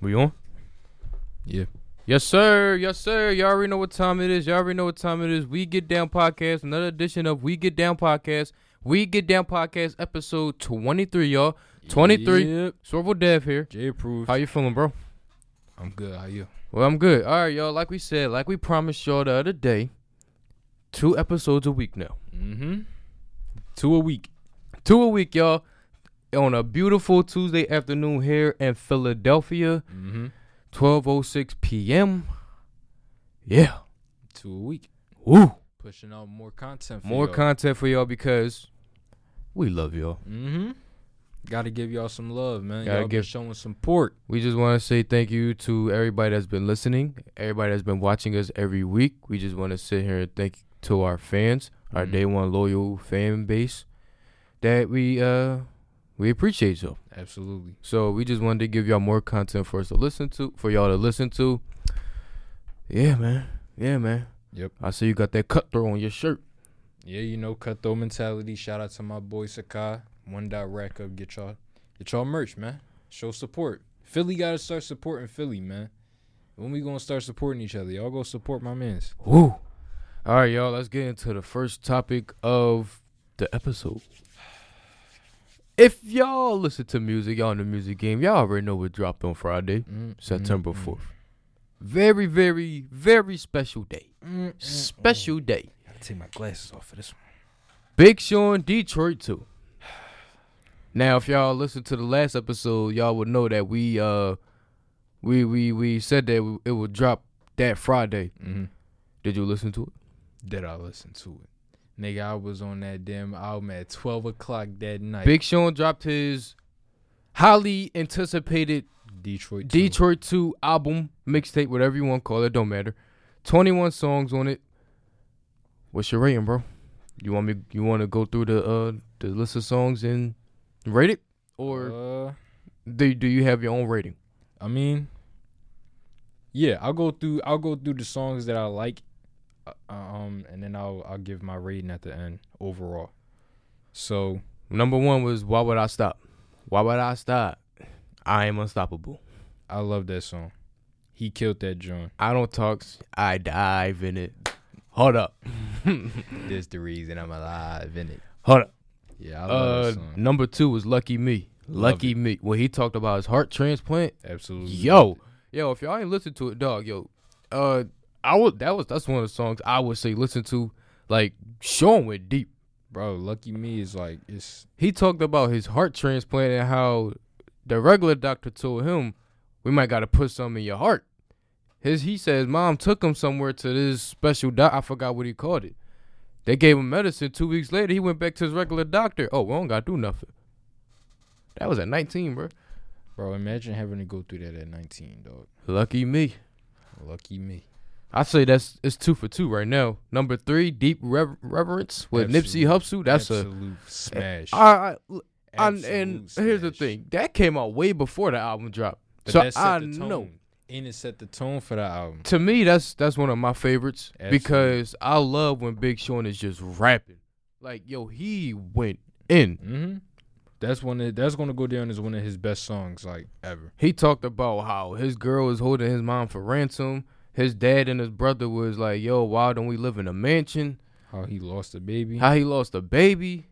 We on? Yeah. Yes, sir. Yes, sir. Y'all already know what time it is. Y'all already know what time it is. We Get Down Podcast, another edition of We Get Down Podcast. We Get Down Podcast, episode 23, y'all. 23. Yep. Swervo Dev here. J approved. How you feeling, bro? I'm good. How you? Well, I'm good. All right, y'all. Like we said, like we promised y'all the other day, two episodes a week now. Mm-hmm. Two a week. Two a week, y'all. On a beautiful Tuesday afternoon here in Philadelphia, Mm-hmm. 12:06 p.m. Yeah. Two a week. Woo. Pushing out more content. For More y'all. content for y'all because we love y'all. Mm-hmm. Gotta give y'all some love, man. Gotta y'all been give- showing some support. We just want to say thank you to everybody that's been listening, everybody that's been watching us every week. We just want to sit here and thank to our fans, our Mhm. day one loyal fan base that we uh we appreciate y'all. Absolutely. So we just wanted to give y'all more content for us to listen to, for y'all to listen to. Yeah, man. Yeah, man. Yep. I see you got that cutthroat on your shirt. Yeah, you know, cutthroat mentality. Shout out to my boy Sakai. One dot rack up. Get y'all get y'all merch, man. Show support. Philly gotta start supporting Philly, man. When we gonna start supporting each other? Y'all go support my mans. Woo. All right, y'all. Let's get into the first topic of the episode. If y'all listen to music, y'all in the music game, y'all already know what dropped on Friday, Mm, September mm, 4th. Very, very, very special day. mm, mm, mm. Special day. Gotta take my glasses off for this one. Big Sean Detroit too. Now, if y'all listen to the last episode, y'all would know that we uh we we we said that it would drop that Friday. Mm-hmm. Did you listen to it? Did I listen to it? Nigga, I was on that damn album at 12 o'clock that night. Big Sean dropped his highly anticipated Detroit. too. Detroit 2 album, mixtape, whatever you want to call it, don't matter. 21 songs on it. What's your rating, bro? You want me you want to go through the uh the list of songs and rate it or Uh, do, do you have your own rating? I mean, yeah, I'll go through. I'll go through the songs that I like, uh, um, and then I'll I'll give my rating at the end overall. So Number 1 was Why Would I Stop? Why Would I Stop? I am unstoppable. I love that song. He killed that joint. I don't talk, I dive in it. Hold up. This the reason I'm alive in it. Hold up. Yeah, I love Uh, that song. number two was Lucky Me. Love Mm-hmm. Lucky Me. When he talked about his heart transplant, Absolutely. yo, yo, if y'all ain't listened to it, dog, yo, uh, I would that was that's one of the songs I would say listen to. Like Sean went deep. bro, Lucky Me is like it's He talked about his heart transplant and how the regular doctor told him we might got to put something in your heart. His he says mom took him somewhere to this special doc. I forgot what he called it. They gave him medicine. Two weeks later, he went back to his regular doctor. Oh, we don't gotta do nothing. That was at 19, bro. bro. Imagine having to go through that at 19, dog. Lucky me. Lucky me. I say that's it's two for two right now. Number three, deep rever- reverence with Nipsey Hussle. That's absolute smash. a. I, I, I, and Absolute here's the smash. thing that came out way before the album dropped. But so that set I the tone. know. and it set the tone for the album. To me, that's that's one of my favorites Absolutely. because I love when Big Sean is just rapping. Like yo, he went in. hmm That's one. Of, that's gonna go down as one of his best songs, like ever. He talked about how his girl was holding his mom for ransom. His dad and his brother was like, "Yo, why don't we live in a mansion?" How he lost a baby. how he lost a baby,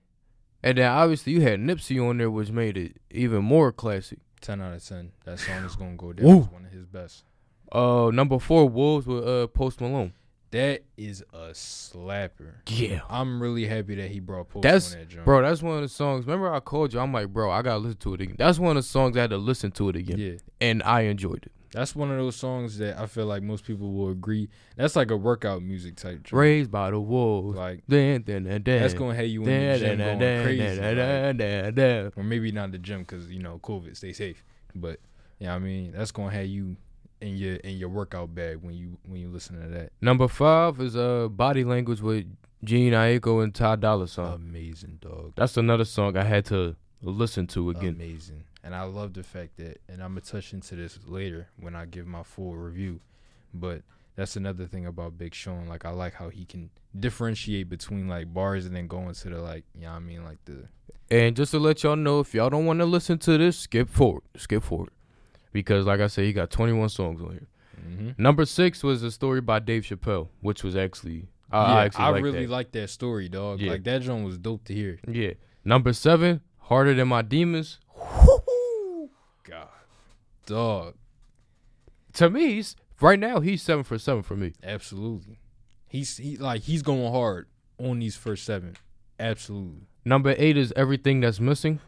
and then obviously you had Nipsey on there, which made it even more classic. ten out of ten. That song is gonna go down Woo. as one of his best. Uh, number four, Wolves with uh Post Malone. That is a slapper. Yeah, I'm really happy that he brought Post That's- on that joint. bro, that's one of the songs. Remember I called you? I'm like, bro, I gotta listen to it again. That's one of the songs I had to listen to it Yeah. again, and I enjoyed it. that's one of those songs that I feel like most people will agree. That's like a workout music type joint. Raised by the wolves, Like then then then then. that's gonna have you in the then then gym then going then crazy. like- then then then. or maybe not the gym because you know COVID, stay safe. But yeah, I mean that's gonna have you in your in your workout bag when you when you listen to that. Number five is uh Body Language with Gene Aiko and Ty Dolla Uh. Sign. Amazing dog, That's another song I had to listen Uh. to again. amazing. And I love the fact that, and I'm gonna touch into this later when I give my full review. But that's another thing about Big Sean. Like I like how he can differentiate between like bars and then going to the like, you know what I mean like the And just to let y'all know, if y'all don't want to listen to this, skip forward. Skip forward. because, like I said, he got 21 songs on here. Mm-hmm. Number six was a story by Dave Chappelle, which was actually I, I yeah, actually I, like really that. like that story, dog. Yeah. Like that joint was dope to hear. yeah. Number seven, harder than my demons. God, dog, To me, he's right now he's seven for seven for me. absolutely. He's he like he's going hard on these first seven. Absolutely, Number eight is everything that's missing.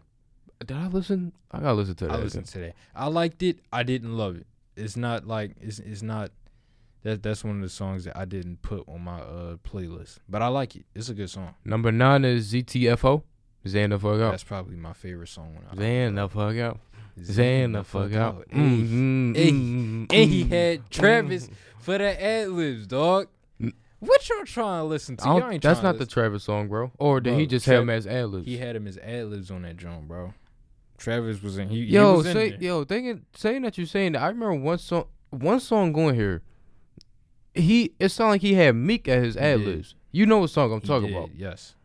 Did I listen? I gotta listen to that. I again. listened to that. I liked it. I didn't love it. It's not like it's it's not. That that's one of the songs that I didn't put on my uh playlist, but I like it. It's a good song. Number nine is ZTFO. Zan the fuck out. That's probably my favorite song. When I, Oh. Zan the fuck out. Zan Zan the fuck out. Mm. Mm-hmm, Hey. Hey. And he had Travis for the ad libs, dog. Mm. What y'all trying to listen to? I don't- Y'all ain't that's tryna not the listen- Travis song, bro. Or did he Bro, just Tra- have him as ad libs? he had him as ad libs on that joint, bro. Travis was in. He, he Yo, was in say there. yo, thinking saying that you're saying that. I remember one song, one song going here. He it sounded like he had Meek at his ad did. libs. You know what song I'm He talking did, about? Yes,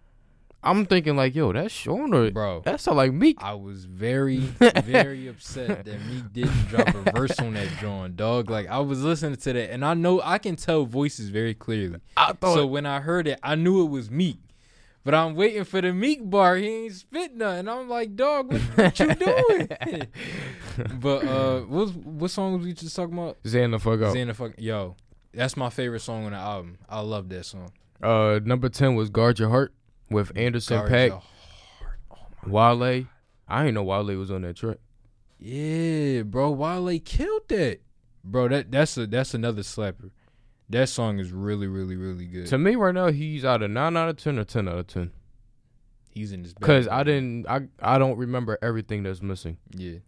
I'm thinking like, yo, that's Sean or bro. that sound like Meek. I was very, very upset that Meek didn't drop a verse on that joint, dog. Like I was listening to that, and I know I can tell voices very clearly. I thought So when I heard it, I knew it was Meek. But I'm waiting for the Meek bar. He ain't spit nothing. I'm like, dog, what, what you doing? but uh, what was- what song was we just talking about? Zan the fuck up. Xana fuck yo, that's my favorite song on the album. I love that song. Uh, number ten was Guard Your Heart with Anderson Guard Pack, Your- Wale. I didn't know Wale was on that track. Yeah, bro, Wale killed that. Bro, that that's a that's another slapper. That song is really, really, really good. To me, right now, he's either nine out of ten or ten out of ten. He's in his bag. Cause I didn't, I I don't remember everything that's missing. Yeah,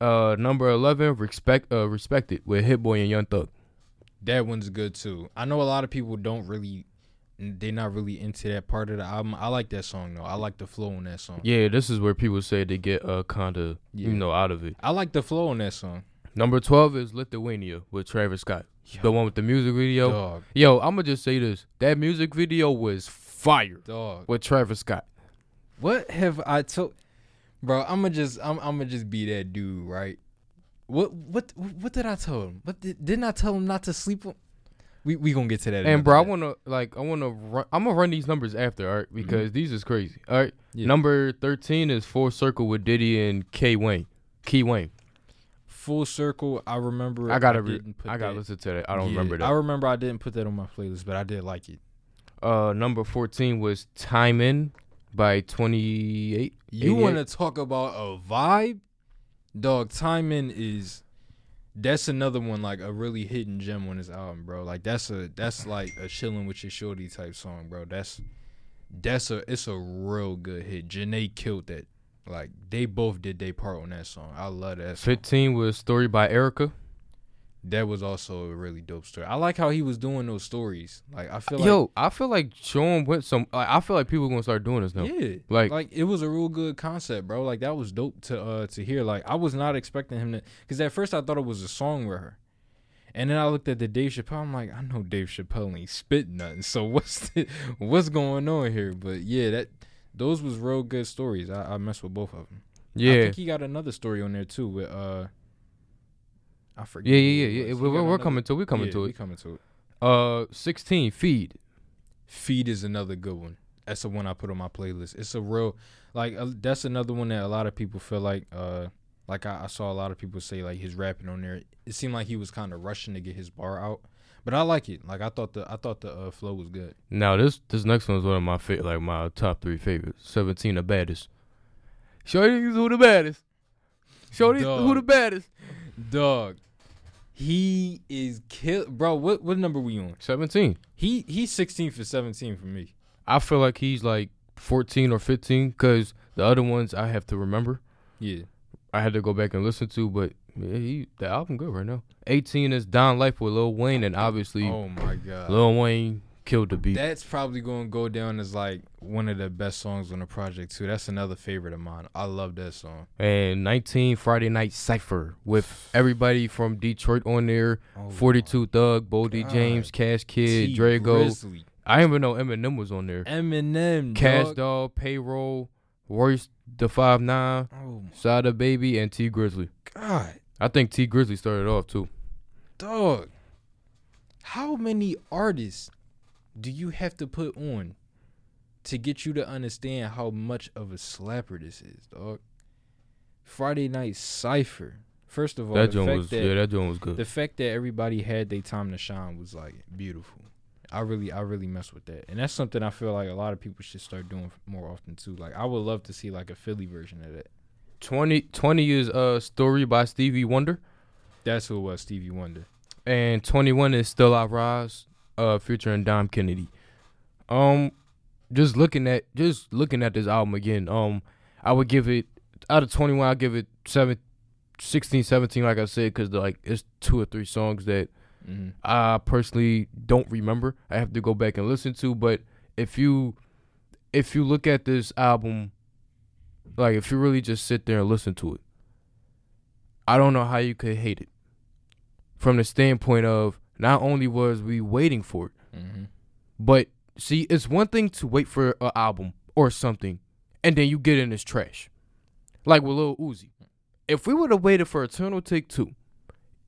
Uh, number eleven, respect, uh, respected with Hit Boy and Young Thug. that one's good too. I know a lot of people don't really, they're not really into that part of the album. I like that song though. I like the flow on that song. Yeah, this is where people say they get uh kind of Yeah. you know out of it. I like the flow on that song. Number twelve is Lithuania with Travis Scott, the one with the music video. Dog, Yo, I'm gonna just say this: that music video was fire dog. with Travis Scott. What have I told, bro? I'ma just I'm I'ma just be that dude, right? What what what did I tell him? What did, didn't I tell him not to sleep? On? We we gonna get to that. another And bro, I day. wanna like I wanna run, I'm gonna run these numbers after, all right? Because these is crazy. All right, Mm-hmm. Yeah. number thirteen is Full Circle with Diddy and K Wayne. Key Wayne. full circle. I remember. I gotta re- didn't put I gotta that- listen to that. I don't Yeah, remember I that. remember I didn't put that on my playlist, but I did like it. uh, number fourteen was Time In by Twenty Eight. You want to talk about a vibe, dog? Timing is that's another one like a really hidden gem on this album, bro. Like that's a that's like a chilling with your shorty type song, bro. That's that's a it's a real good hit. Janae killed that. Like they both did their part on that song. I love that. Song. Fifteen was Story by Erica. That was also a really dope story. I like how he was doing those stories. Like I feel like Yo, I feel like Sean went some. Like, I feel like people gonna start doing this now. Yeah. Like- it was a real good concept, bro. Like that was dope to uh to hear. Like I was not expecting him to cuz at first I thought it was a song with her. And then I looked at the Dave Chappelle. I'm like, I know Dave Chappelle ain't spit nothing. So what's the, what's going on here? But yeah, that those was real good stories. I, I messed with both of them. I Yeah, think he got another story on there too with uh I forget. yeah, yeah, who yeah. it yeah. was. He We're, got we're another- coming to. We're coming yeah, to We it. coming to it. Uh, sixteen feed. Feed is another good one. That's the one I put on my playlist. It's a real like uh, that's another one that a lot of people feel like uh like I, I saw a lot of people say like his rapping on there. It seemed like he was kind of rushing to get his bar out, but I like it. Like I thought the I thought the uh, flow was good. Now this this next one's one of my fa- like my top three favorites. Seventeen, the baddest. Show these who the baddest. Show these who Dog. the baddest. Dog, he is kill bro. What what number we on? Seventeen. He he's sixteen for seventeen for me. I feel like he's like fourteen or fifteen because the other ones I have to remember. Yeah, I had to go back and listen to, but yeah, he, the album good right now. Eighteen is Don Life with Lil Wayne, and obviously Oh my god. Lil Wayne killed the beat. That's probably going to go down as like one of the best songs on the project too. That's another favorite of mine. I love that song. and 19 Friday Night Cypher with everybody from Detroit on there. Oh, 42 Thug, Boldy God. James, Cash Kid, T. Drago. Grizzly, I didn't even know Eminem was on there. Eminem, Cash dog. Doll, Payroll, Royce the Five Nine, Oh Sada Baby, and T Grizzly. my god, I think T Grizzly started off too. Dog, how many artists do you have to put on to get you to understand how much of a slapper this is, dog? Friday Night Cypher. First of all, that the joint fact was that yeah, that joint was good. the fact that everybody had their time to shine was like beautiful. I really, I really mess with that, and that's something I feel like a lot of people should start doing more often too. Like, I would love to see like a Philly version of that. 20, 20 is uh story by Stevie Wonder, That's who it was, Stevie Wonder. and twenty one is Still I Rise, uh, Future and Dom Kennedy. Um, just looking at just looking at this album again, um, I would give it out of twenty one, I give it seven, 16, 17, like I said, because like it's two or three songs that Mm-hmm. I personally don't remember. I have to go back and listen to, but if you if you look at this album like if you really just sit there and listen to it, I don't know how you could hate it. From the standpoint of not only was we waiting for it, Mm-hmm. but see, it's one thing to wait for an album or something, and then you get in this trash, like with Lil Uzi. If we would have waited for Eternal Take Two,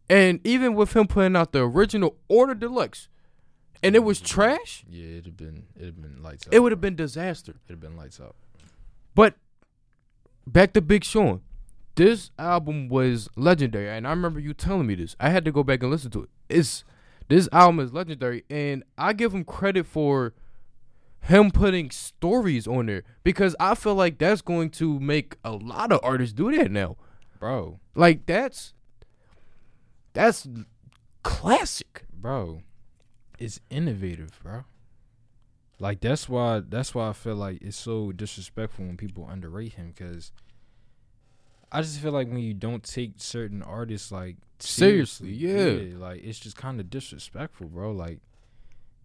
and even with him putting out the original Order Deluxe, and it was trash, Yeah, it'd have been, it'd have been lights out. it would have been disaster. it'd have been lights out. But back to Big Sean, this album was legendary, and I remember you telling me this. I had to go back and listen to it. It's this album is legendary, and I give him credit for him putting stories on there because I feel like that's going to make a lot of artists do that now. Bro, Like that's that's classic. bro, it's innovative, bro. Like that's why that's why I feel like it's so disrespectful when people underrate him because I just feel like when you don't take certain artists like Seriously, yeah. like it's just kind of disrespectful, bro. Like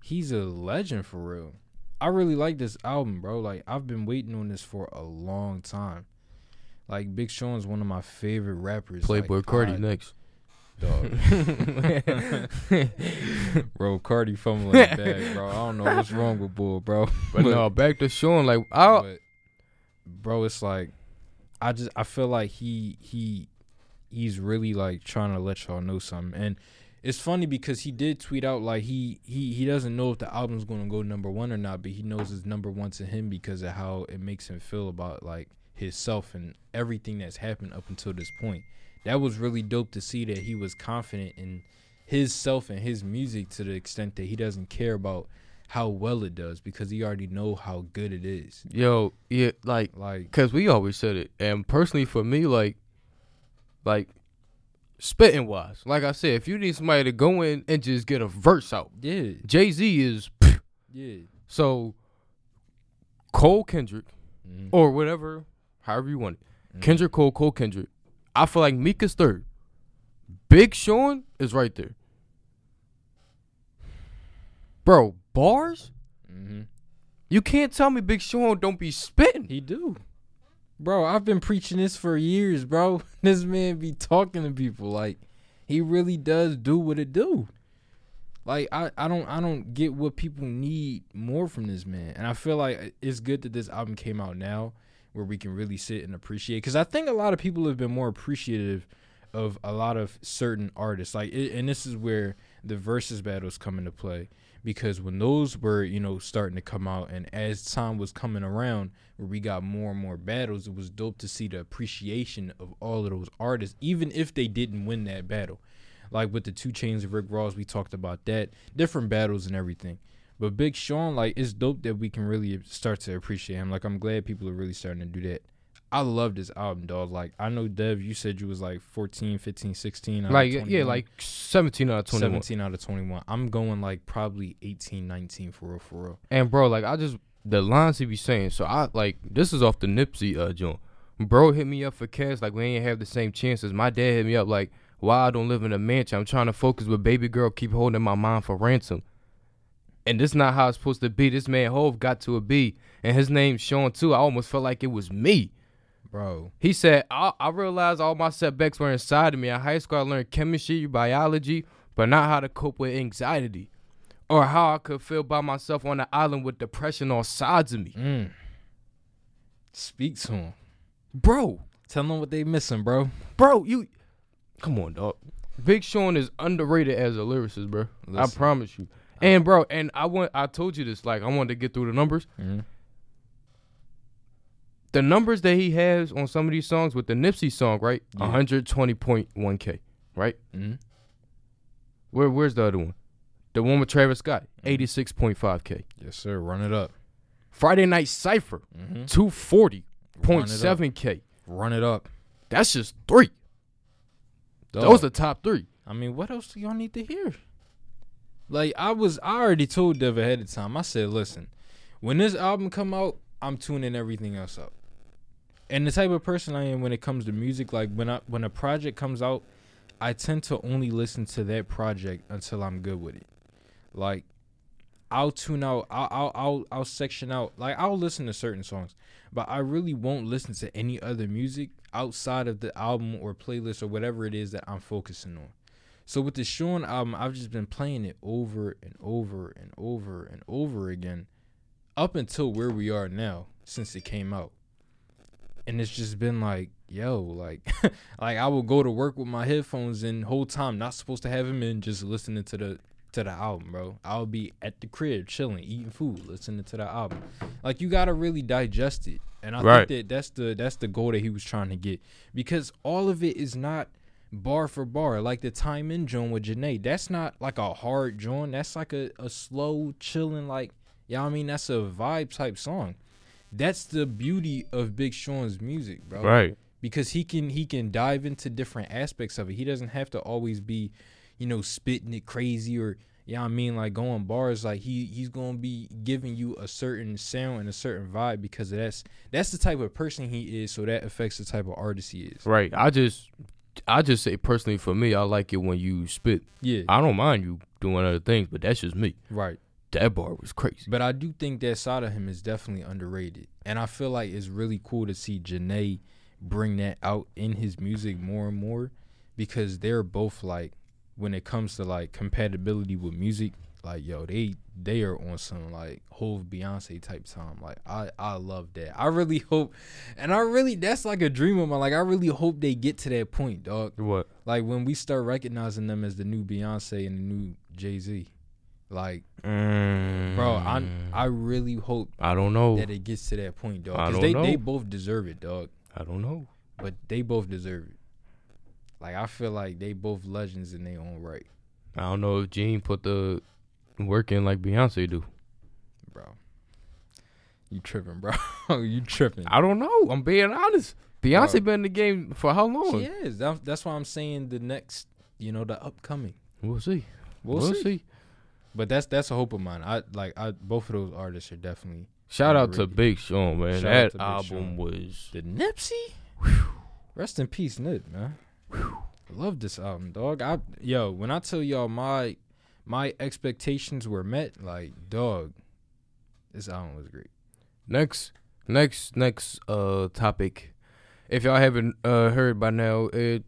he's a legend for real. I really like this album, bro. Like I've been waiting on this for a long time. Like Big Sean's one of my favorite rappers. Playboy like, Cardi I- next. dog. bro, Cardi fumbling the bag, bro. I don't know what's wrong with Bull, bro. But no, back to Sean. Like I But, bro, it's like I just I feel like he he he's really like trying to let y'all know something. And it's funny because he did tweet out like he he he doesn't know if the album's gonna go number one or not, but he knows it's number one to him because of how it makes him feel about like himself and everything that's happened up until this point. That was really dope to see that he was confident in his self and his music to the extent that he doesn't care about how well it does because he already know how good it is. yo yeah like Like Cause we always said it, and personally for me, like, like spitting wise, like I said, if you need somebody to go in and just get a verse out, yeah, Jay Z is yeah, so Cole Kendrick Mhm. or whatever, however you want it, Kendrick Cole, Cole Kendrick. I feel like Mika's third, Big Sean is right there, bro. Bars, hmm you can't tell me Big Sean don't be spitting. he do. Bro, I've been preaching this for years, bro. This man be talking to people like he really does do what it do. Like I, I don't I don't get what people need more from this man, and I feel like it's good that this album came out now, where we can really sit and appreciate. Because I think a lot of people have been more appreciative of a lot of certain artists. Like, it, and this is where the versus battles come into play because when those were you know starting to come out, and as time was coming around, where we got more and more battles, it was dope to see the appreciation of all of those artists, even if they didn't win that battle. Like with the two chains of Rick Ross, we talked about that, different battles and everything. But Big Sean, like, it's dope that we can really start to appreciate him. Like, I'm glad people are really starting to do that. I love this album, dog. Like, I know, Dev, you said you was like 14, 15, 16. out of Like yeah, 21. like seventeen out of twenty one. 17 out of 21. I'm going like probably 18, 19 for real, for real. And bro, like I just the lines he be saying. So I like this is off the Nipsey uh joint. Bro hit me up for cash like we ain't have the same chances. My dad hit me up like why I don't live in a mansion. I'm trying to focus, but baby girl keep holding my mind for ransom. And this not how it's supposed to be. This man Hove got to a B, and his name's Sean too. I almost felt like it was me. Bro, He said, I, I realized all my setbacks were inside of me. In high school, I learned chemistry, biology, but not how to cope with anxiety or how I could feel by myself on an island with depression on sides of me. mm. speak to him. Bro, Tell them what they missing, bro. bro, you. Come on, dog. Big Sean is underrated as a lyricist, bro. I Listen. promise you. And bro, and I want I told you this like I wanted to get through the numbers. Mhm. The numbers that he has on some of these songs with the Nipsey song, right? Yeah. 120.1k, right? Mhm. Where where's the other one? The one with Travis Scott, Mm-hmm. 86.5k. Yes, sir. Run it up. Friday Night Cypher, Mm-hmm. 240.7k. Run it up. That's just three. Dog. Those are top three. I mean, what else do y'all need to hear? Like I was, I already told Dev ahead of time. I said, listen, when this album come out, I'm tuning everything else up. And the type of person I am when it comes to music, like when I when a project comes out, I tend to only listen to that project until I'm good with it. Like I'll tune out, I'll I'll I'll, I'll section out. Like I'll listen to certain songs, but I really won't listen to any other music outside of the album or playlist or whatever it is that I'm focusing on. So with the Sean album, I've just been playing it over and over and over and over again, up until where we are now since it came out. And it's just been like, yo, like, like I will go to work with my headphones in whole time, not supposed to have them in, just listening to the to the album, bro. I'll be at the crib chilling, eating food, listening to the album. Like you gotta really digest it, and I Right. think that that's the that's the goal that he was trying to get because all of it is not bar for bar, like the time in joint with Janae. That's not like a hard joint. That's like a, a slow, chilling, like, yeah, I mean, that's a vibe type song. That's the beauty of Big Sean's music, bro. Because he can he can dive into different aspects of it. He doesn't have to always be, you know, spitting it crazy or yeah, I mean like going bars. Like he he's gonna be giving you a certain sound and a certain vibe because that's that's the type of person he is. So that affects the type of artist he is. Right. I just I just say personally for me, I like it when you spit. Yeah, I don't mind you doing other things, but that's just me. right. That bar was crazy. But I do think that side of him is definitely underrated. And I feel like it's really cool to see Janae bring that out in his music more and more because they're both like when it comes to like compatibility with music, like yo, they they are on some like whole Beyonce type time. Like I I love that. I really hope and I really that's like a dream of mine. Like I really hope they get to that point, dog What? like when we start recognizing them as the new Beyonce and the new Jay Z, like bro, I Mm. I really hope I don't know. that it gets to that point, dog. I Because don't they know. they both deserve it, dog. I don't know. But they both deserve it. Like I feel like they both legends in their own right, I don't know if Gene put the work in like Beyonce do. bro. You tripping, bro? you tripping? I don't know. I'm being honest. Beyonce Bro. been in the game for how long? She is. That- that's why I'm saying the next, you know, the upcoming. We'll see. We'll, see. But that's that's a hope of mine. I like I both of those artists are definitely Shout out to Underrated. Big Sean, man. Shout out that to Big album Sean. was The Nipsey? Rest in peace, Nip, man. Love this album, dog. I yo, when I tell y'all my my expectations were met, like, dog, this album was great. Next, next, next uh topic. If y'all haven't uh, heard by now, it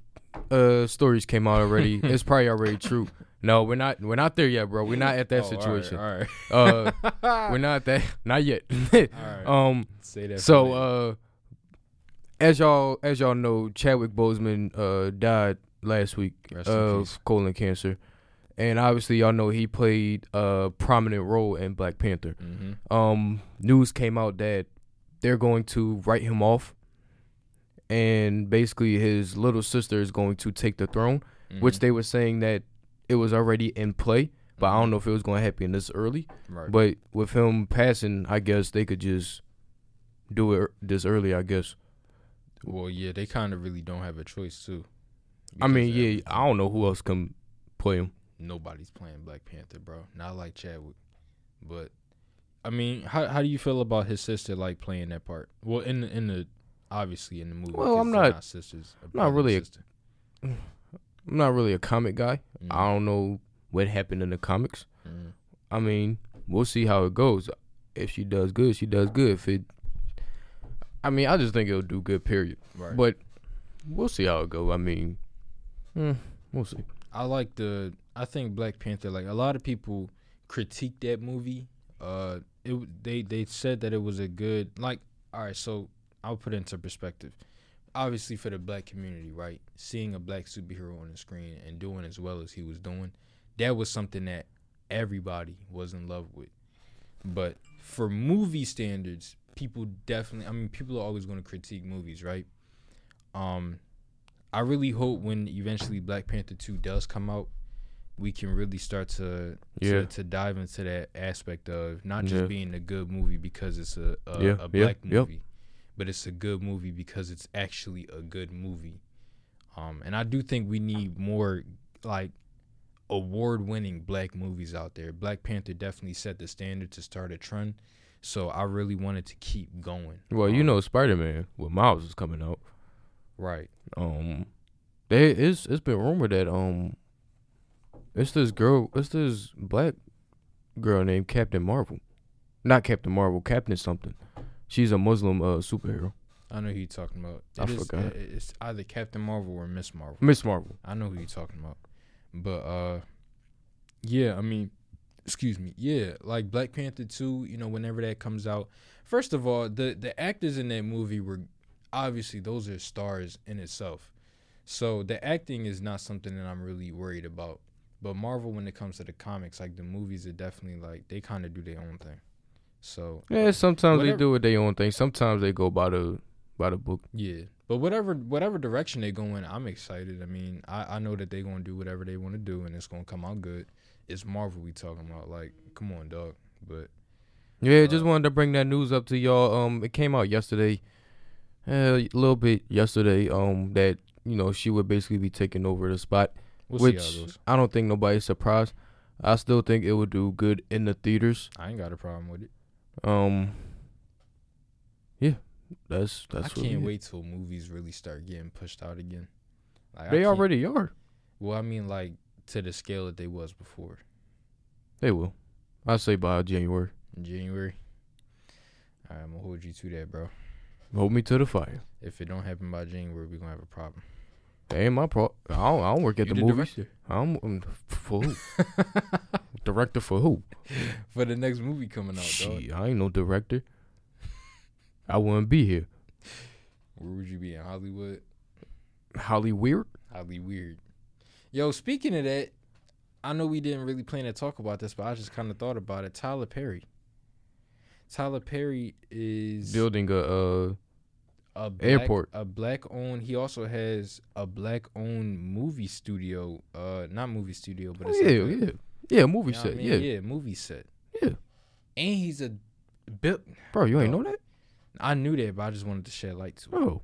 uh stories came out already. it's probably already true. No, we're not. We're not there yet, bro. We're not at that Oh, situation. All right. Uh, we're not that. Not yet. All right. um. Say that. for So, later. uh, as y'all as y'all know, Chadwick Boseman uh died last week Rest in peace. of colon cancer, and obviously y'all know he played a prominent role in Black Panther Mhm. um, news came out that they're going to write him off, and basically his little sister is going to take the throne, which Mhm. they were saying that it was already in play, but I don't know if it was going to happen this early. Mm-hmm. right. But with him passing, I guess they could just do it this early. I guess. well, yeah, they kind of really don't have a choice too. I mean, Because uh, yeah, I don't know who else can play him. nobody's playing Black Panther, bro. Not like Chadwick. But I mean, how how do you feel about his sister like playing that part? Well, in the, in the obviously in the movie. Well, 'cause I'm they're not- sisters. a not brother and really a- sister. I'm not really a comic guy. Mm, I don't know what happened in the comics. mm. I mean, we'll see how it goes. If she does good, she does good. If it, I mean, I just think it'll do good. Period. Right. But we'll see how it goes. I mean, mm, we'll see. I like the. I think Black Panther. Like a lot of people critique that movie. Uh, it w- they they said that it was a good like. All right, so I'll put it into perspective. obviously for the black community, right? Seeing a black superhero on the screen and doing as well as he was doing, that was something that everybody was in love with. But for movie standards, people definitely I mean people are always going to critique movies, right? Um I really hope when eventually Black Panther 2 does come out, we can really start to Yeah. to, to dive into that aspect of not just Yeah. being a good movie because it's a a, Yeah, a yeah, black yep. movie, but it's a good movie because it's actually a good movie. Um, and I do think we need more like award-winning black movies out there. Black Panther definitely set the standard to start a trend, so I really wanted to keep going. Well, you Um, know, Spider Man with Miles is coming out. right? Um, they it's it's been rumored that um, it's this girl, it's this black girl named Captain Marvel, not Captain Marvel, Captain something. She's a Muslim uh superhero, I know who you're talking about. I It is- forgot. it- It's either Captain Marvel or Miss Marvel. Miss Marvel. I know who you're talking about. But uh yeah, I mean, excuse me. Yeah, like Black Panther 2, you know, whenever that comes out. First of all, the the actors in that movie were obviously those are stars in itself. So the acting is not something that I'm really worried about. But Marvel when it comes to the comics, like the movies are definitely like they kind of do their own thing. So Yeah, sometimes Whatever- they do what they own thing. Sometimes they go by the by the book. Yeah, but whatever whatever direction they go in, I'm excited. I mean, I, I know that they're gonna do whatever they want to do, and it's gonna come out good. It's Marvel we talking about. Like, come on, dog. But Yeah, Uh, just wanted to bring that news up to y'all. Um, it came out yesterday, uh, a little bit yesterday. Um, that you know she would basically be taking over the spot. we'll which see how it goes. I don't think nobody's surprised. I still think it would do good in the theaters. I ain't got a problem with it. Um, yeah, that's that's. I really can't it. wait till movies really start getting pushed out again. Like, I They can't- already are. Well, I mean, like to the scale that they was before They will. I say by January. in January. All right, I'm gonna hold you to that, bro. Hold me to the fire. If it don't happen by January, we gonna have a problem. That ain't my pro. I don't, I don't work at You the the movies. I'm, I'm for who? director for who? For the next movie coming out, dog, Shit, I ain't no director. I wouldn't be here. where would you be in Hollywood? Holly Weird. Highly weird. Yo, speaking of that, I know we didn't really plan to talk about this, but I just kind of thought about it. Tyler Perry. Tyler Perry is Building a uh, a black, airport. A black owned. He also has a black owned movie studio. Uh, not movie studio, but oh, it's yeah, like a, yeah, yeah, movie you know what I set. mean? yeah. yeah, movie set. Yeah. and he's a built. bro, you ain't No. know that? I knew that, but I just wanted to shed light to it. Oh.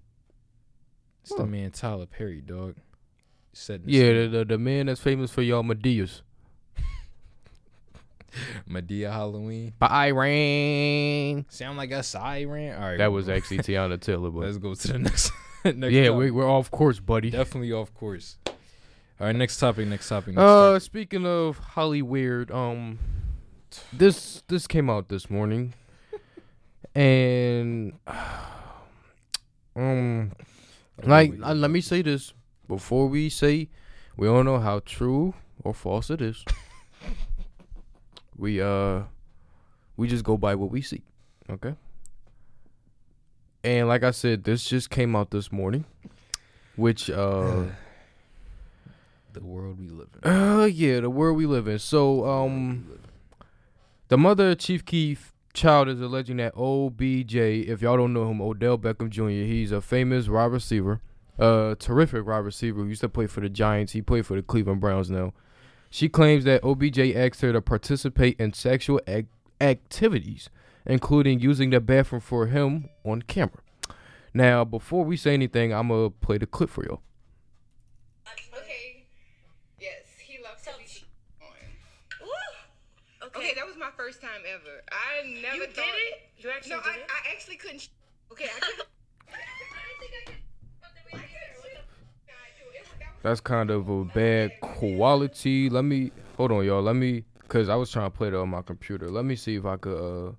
It's the huh. man Tyler Perry, dog. Setting Oh. the Yeah, scene. the, the the man that's famous for y'all Medeas. Medea Halloween. By Iran. Sound like a siren. All right, That we was moving. actually Tiana Taylor, but Let's go to the next. next yeah, topic. we, we're off course, buddy. definitely off course. All right, next topic. Next topic. Next Uh, topic. speaking of Holly Weird, um, this this came out this morning, and um, like Wait, uh, let me say this before we say we don't know how true or false it is. we uh we just go by what we see. Okay? And like I said, this just came out this morning. Which uh the world we live in. uh yeah, the world we live in. So um the mother of Chief Keith Child is alleging that OBJ, if y'all don't know him, Odell Beckham Jr., he's a famous wide receiver, uh, terrific wide receiver who used to play for the Giants. He played for the Cleveland Browns now. She claims that OBJ asked her to participate in sexual ac- activities, including using the bathroom for him on camera. Now, before we say anything, I'm going to play the clip for y'all. Okay. Yes, he loves to be cheated on. Okay. that was my first time ever. I never You did thought- it? You actually No, did I, it? I actually couldn't. sh- Okay, I couldn't. That's kind of a bad quality. Let me hold on, y'all. Let me, cause I was trying to play that on my computer. Let me see if I could uh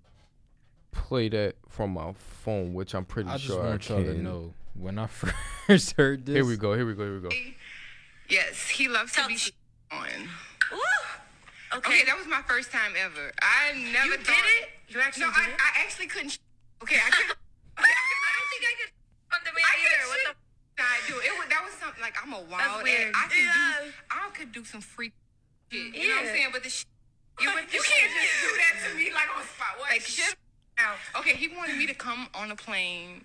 play that from my phone, which I'm pretty I just sure I want y'all can. to know when I first heard this. Here we go. Here we go. Here we go. Yes, he loves to be cheated on. Ah! Okay. Okay, that was my first time ever. I never did thought- it? You actually No, did I, it? I actually couldn't. sh- Okay, I couldn't. I don't think I could on after me I either. could What the? shit I do. It was, that was something like I'm a wild weird. ass. I could do Yeah. I could do some freak shit. You know what I'm Yeah. saying? But the shit You you, with the can't shit. just do that to me like on the spot. What Like, shit out. Okay, he wanted me to come on a plane.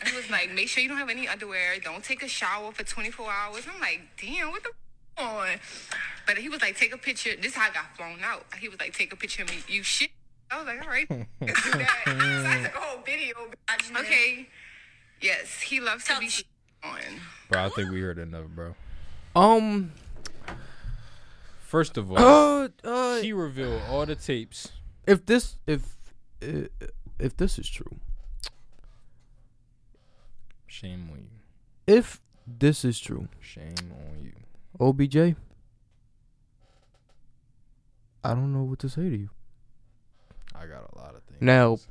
And He was like, make sure you don't have any underwear. Don't take a shower for 24 hours. I'm like, damn, what the f- on? But he was like, take a picture. This is how I got flown out. He was like, take a picture of me. You shit. I was like, all right, let's do that. So I took a whole video. Okay. Yes, he loves to be shit on. Bro, I think we heard enough, bro. Um. First of all, Uh, uh, she revealed all the tapes. if this if uh, if this is true, Shame on you. if this is true, Shame on you. OBJ, I don't know what to say to you. I got a lot of things. Now- to say.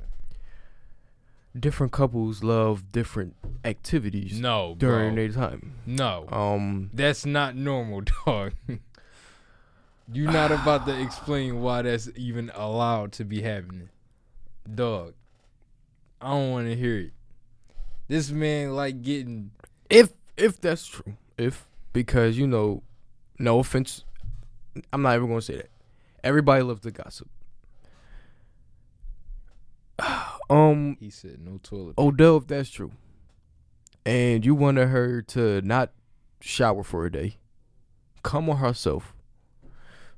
Different couples love different activities no, during bro. their time. no, Um, that's not normal, dog. You're not about to explain why that's even allowed to be happening, dog. I don't want to hear it. This man like getting if if that's true, if because you know, no offense, I'm not even gonna say that. Everybody loves to gossip. um, He said no toilet. Odell, if that's true, and you wanted her to not shower for a day, come on herself,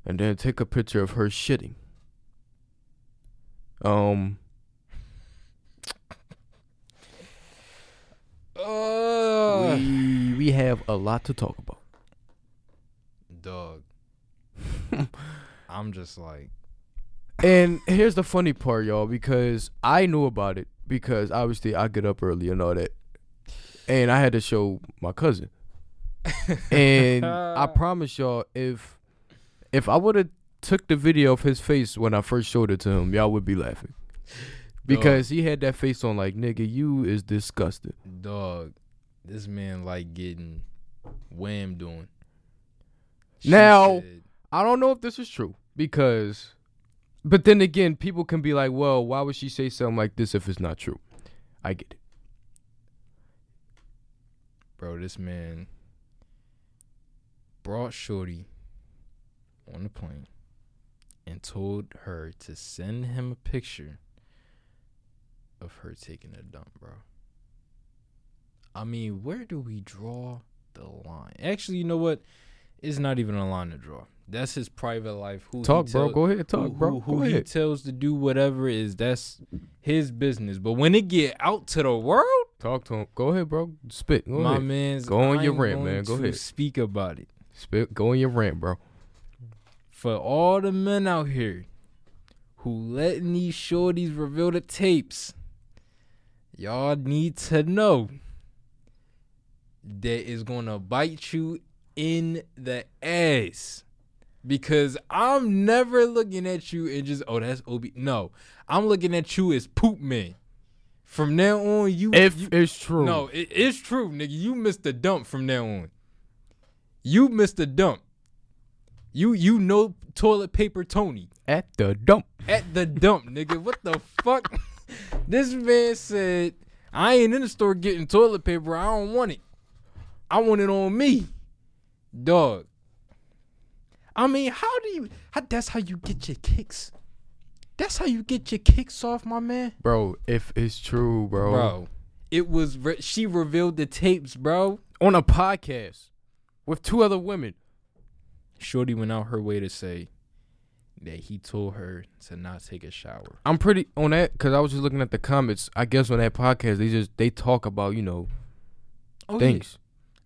and then take a picture of her shitting. Um, Oh, we we have a lot to talk about. dog. I'm just like, And here's the funny part, y'all, because I knew about it because obviously I get up early and all that. And I had to show my cousin. and I promise y'all, if if I would have took the video of his face when I first showed it to him, y'all would be laughing. Because he had that face on like, nigga, you is disgusting. dog. This man like getting wham doing. Now- said- I don't know if this is true because, but then again, people can be like, well, why would she say something like this if it's not true? I get it. bro, this man brought Shorty on the plane and told her to send him a picture of her taking a dump, bro. I mean, where do we draw the line? Actually, you know what? It's not even a line to draw. That's his private life. Who he Talk, bro. tell- Go ahead. Talk, who- bro. Who, Go who he ahead. tells to do whatever is that's his business. But when it get out to the world, Talk to him. Go ahead, bro. Spit. Go my ahead. man's Go on I your ain't rant, going man. Go to ahead. Speak about it Spit. Go on your rant, bro. for all the men out here who letting these shorties reveal the tapes. Y'all need to know that is gonna bite you in the ass. Because I'm never looking at you and just oh that's OB. No, I'm looking at you as poop man. From now on, you If you, it's true. no, it is true, nigga. You missed the dump from now on. You missed the dump. You you know toilet paper Tony At the dump. at the dump, nigga. What the fuck? this man said, I ain't in the store getting toilet paper. I don't want it. I want it on me, dog. I mean, how do you? How, that's how you get your kicks. That's how you get your kicks off, my man. Bro, if it's true, bro. Bro, it was re- she revealed the tapes, bro. On a podcast with two other women. Shorty went out her way to say that he told her to not take a shower. I'm pretty on that because I was just looking at the comments. I guess on that podcast, they just they talk about, you know, Oh, things.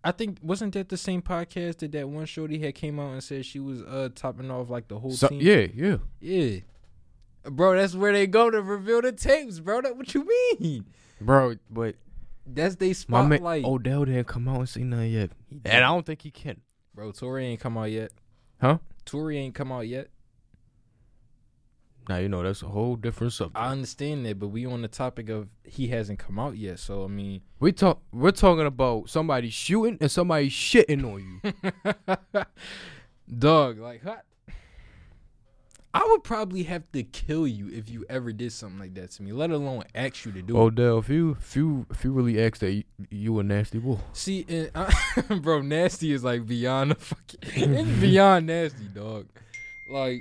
I think wasn't that the same podcast that that one shorty had came out and said she was uh topping off like the whole So, team. yeah, yeah. yeah. Bro, that's where they go to reveal the tapes, bro. That what you mean? Bro, but That's they my spotlight. man oh. Odell didn't come out and say nothing yet. And I don't think he can. bro, Tori ain't come out yet. Huh? Tori ain't come out yet. Now, you know, that's a whole different subject. I understand that, but we on the topic of he hasn't come out yet. So I mean, We talk. We're talking about somebody shooting and somebody shitting on you. Dog, like, huh? I would probably have to kill you if you ever did something like that to me, let alone ask you to do it. Odell, Oh, if you if you if you really ask that, you, you a nasty boy. See, and I, bro, nasty is like beyond the fucking. It's beyond nasty, dog. Like,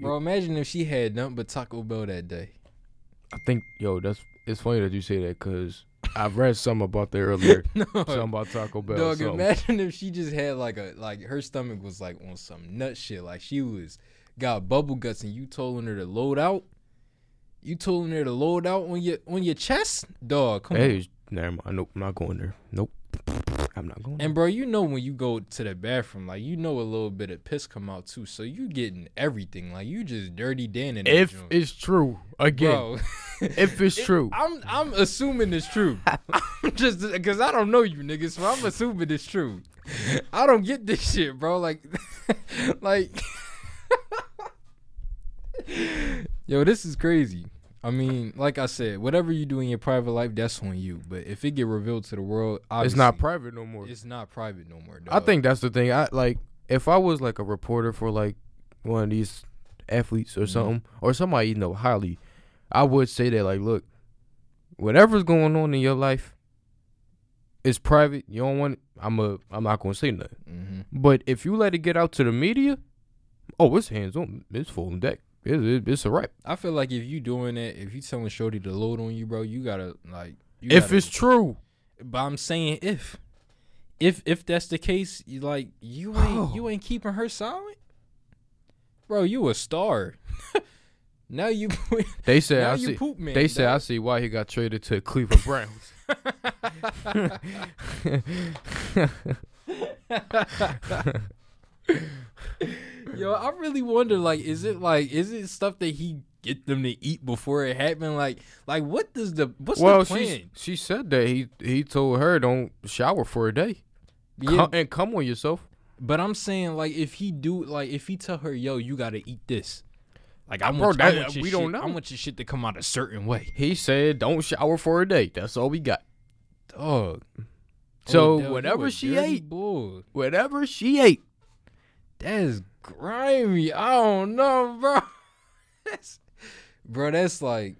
bro, imagine if she had nothing but Taco Bell that day. I think yo, that's it's funny that you say that because I've read some about that earlier. No, Something about Taco Bell. dog. something. Imagine if she just had like a like her stomach was like on some nut shit. Like she was got bubble guts, and you told her to load out. You told her to load out on your on your chest, dog. Come on. Hey, never mind. Nope, I'm not going there. Nope, I'm not going. there. And bro, you know when you go to the bathroom, like you know a little bit of piss come out too, so you getting everything. Like you just dirty Dan in that If joint. it's true, again, bro. if it's true, I'm I'm assuming it's true. I'm just because I don't know you niggas, so I'm assuming it's true. I don't get this shit, bro. Like, like, yo, this is crazy. I mean, like I said, whatever you do in your private life, that's on you. But if it get revealed to the world, it's obviously, not private no more. It's not private no more. I dog. think that's the thing. I like if I was like a reporter for like one of these athletes Mm-hmm. or something, or somebody you know highly, I would say that like, look, whatever's going on in your life, it's private. You don't want. It. I'm a. I'm not gonna say nothing. Mhm. But if you let it get out to the media, oh, it's hands on. It's full deck. It, it, it's a wrap. I feel like if you doing it, if you telling Shorty to load on you, bro, you gotta like. You If gotta- it's true, But I'm saying if, if if that's the case, you like you ain't Oh. you ain't keeping her silent, bro. You a star. now you. they said Now I you see. poop man, they said I dog. see why he got traded to Cleveland Browns. Yo, I really wonder. Like, is it like is it stuff that he get them to eat before it happened? Like, like what does the what's well, the she plan? she said that he he told her don't shower for a day Yeah, Come- and come on yourself. but I'm saying like if he do like if he tell her yo you gotta eat this. Like I want, Bro, I that- want your we shit, don't know. I want your shit to come out a certain way. He said don't shower for a day. That's all we got. Dog. So Odell, Oh, you whatever a she dirty ate, boy. whatever she ate, that is grimy. I don't know, bro. That's, bro, that's like,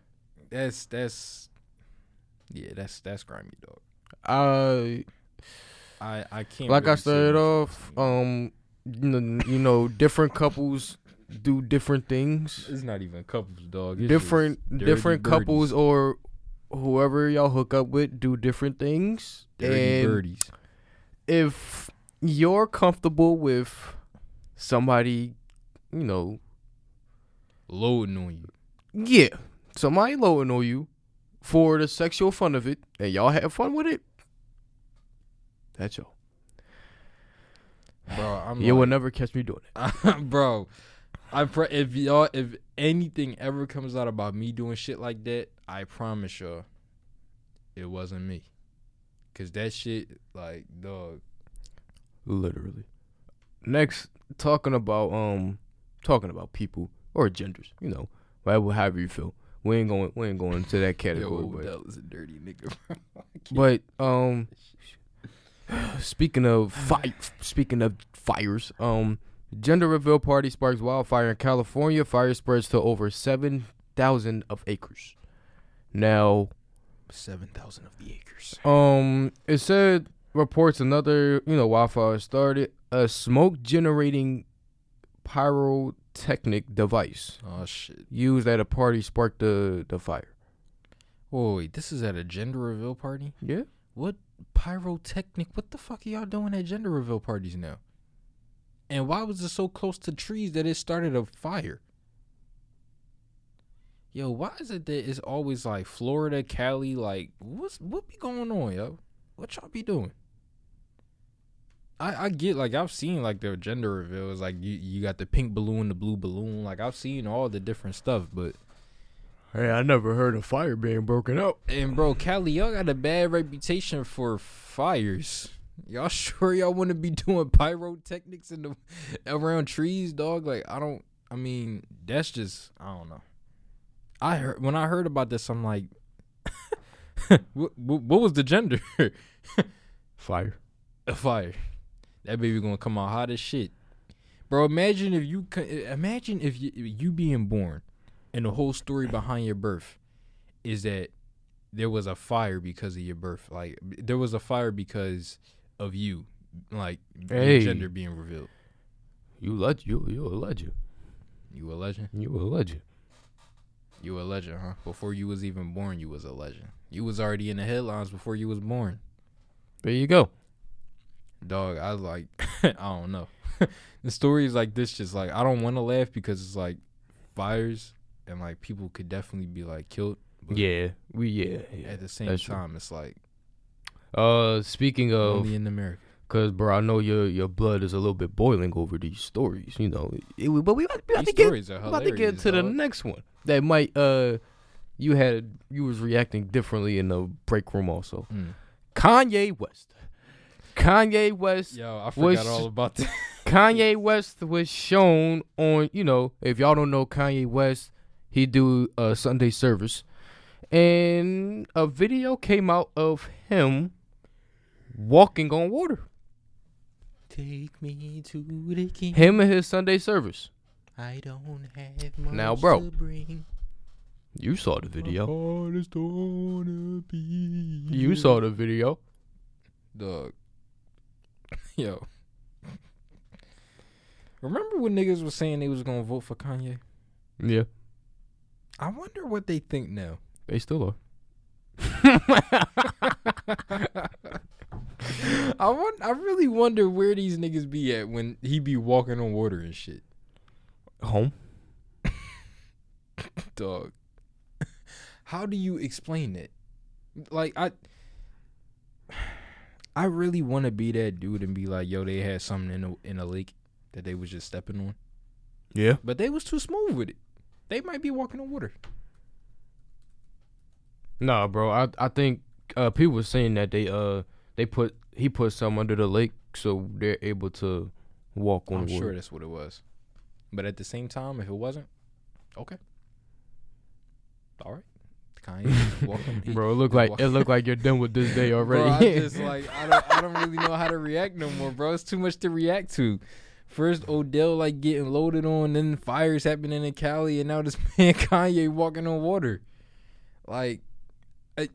that's that's, yeah, that's that's grimy, dog. uh, I I uh, can't. like I really say started much. off, um, you know, you know, different couples do different things. It's not even couples, dog. It's Different just dirty different birdies. couples or whoever y'all hook up with do different things. Dirty and birdies. if you're comfortable with somebody, you know, Loading on you. yeah, somebody loading on you for the sexual fun of it, and y'all have fun with it, that's all. Bro, I'm You will like, never catch me doing it. bro. I pr- if y'all if anything ever comes out about me doing shit like that, I promise y'all, it wasn't me. Cause that shit, like, dog. Literally. Next, talking about um, talking about people or genders, you know, whatever, however you feel. We ain't going, we ain't going into that category. Yo, but- that was a dirty nigga. bro. I can't- But um, speaking of fi- speaking of fires, um, gender reveal party sparks wildfire in California. Fire spreads to over seven thousand of acres. Now, Seven thousand of the acres. um, it said reports another you know wildfire started a smoke generating pyrotechnic device Oh shit. used at a party sparked the the fire. Oh wait, this is at a gender reveal party. Yeah, What pyrotechnic? What the fuck are y'all doing at gender reveal parties now? And why was it so close to trees that it started a fire? Yo, why is it that it's always like Florida, Cali? Like, what's what be going on, yo? What y'all be doing? I I get like I've seen like the gender reveals, like you you got the pink balloon, the blue balloon, like I've seen all the different stuff, but hey, I never heard of fire being broken up. and bro, Cali, y'all got a bad reputation for fires. Y'all sure y'all want to be doing pyrotechnics in the around trees, dog? Like I don't. I mean, that's just I don't know. I heard when I heard about this, I'm like, what, what, what was the gender? Fire. a fire. That baby gonna come out hot as shit. Bro, imagine if you co- imagine if you, you being born, and the whole story behind your birth is that there was a fire because of your birth. Like there was a fire because of you, like your Hey. gender being revealed. You leg you you a legend. You a legend. You a legend. You a legend, huh? Before you was even born, you was a legend. You was already in the headlines before you was born. There you go. Dog, I like I don't know. the stories like this just like I don't want to laugh because it's like fires and like people could definitely be like killed. But Yeah, we yeah. yeah. At the same that's true. time, it's like Uh, speaking of, only in America. cause bro, I know your your blood is a little bit boiling over these stories, you know. It- we- but we about, we about to These get stories are we about to get hilarious, to the dog. next one that might uh, you had you was reacting differently in the break room also. Mm. Kanye West, Kanye West, Yo, I Was- forgot all about that. Kanye West was shown on, you know, if y'all don't know Kanye West, he do uh, Sunday service, and a video came out of him walking on water. Take me to the king. Him and his Sunday service. I don't have Now, much bro. to bring. You saw the video. You You saw the video. Dog. Yo. Remember when niggas was saying they was gonna vote for Kanye? Yeah, I wonder what they think now. they still are. I want. I really wonder where these niggas be at when he be walking on water and shit. Home. Dog. How do you explain it? Like I. I really want to be that dude and be like, yo, they had something in a, in a lake that they was just stepping on, Yeah. but they was too smooth with it. They might be walking on water. Nah, bro. I I think uh, people were saying that they uh they put he put some under the lake so they're able to walk on I'm water. sure that's what it was. But at the same time, if it wasn't, okay. All right. Kanye, welcome. Bro, it look like it look like you're done with this day already. Bro, I just like I don't, I don't really know how to react no more, bro. It's too much to react to. First Odell like getting loaded on, then fires happening in Cali, and now this man Kanye walking on water. Like, I,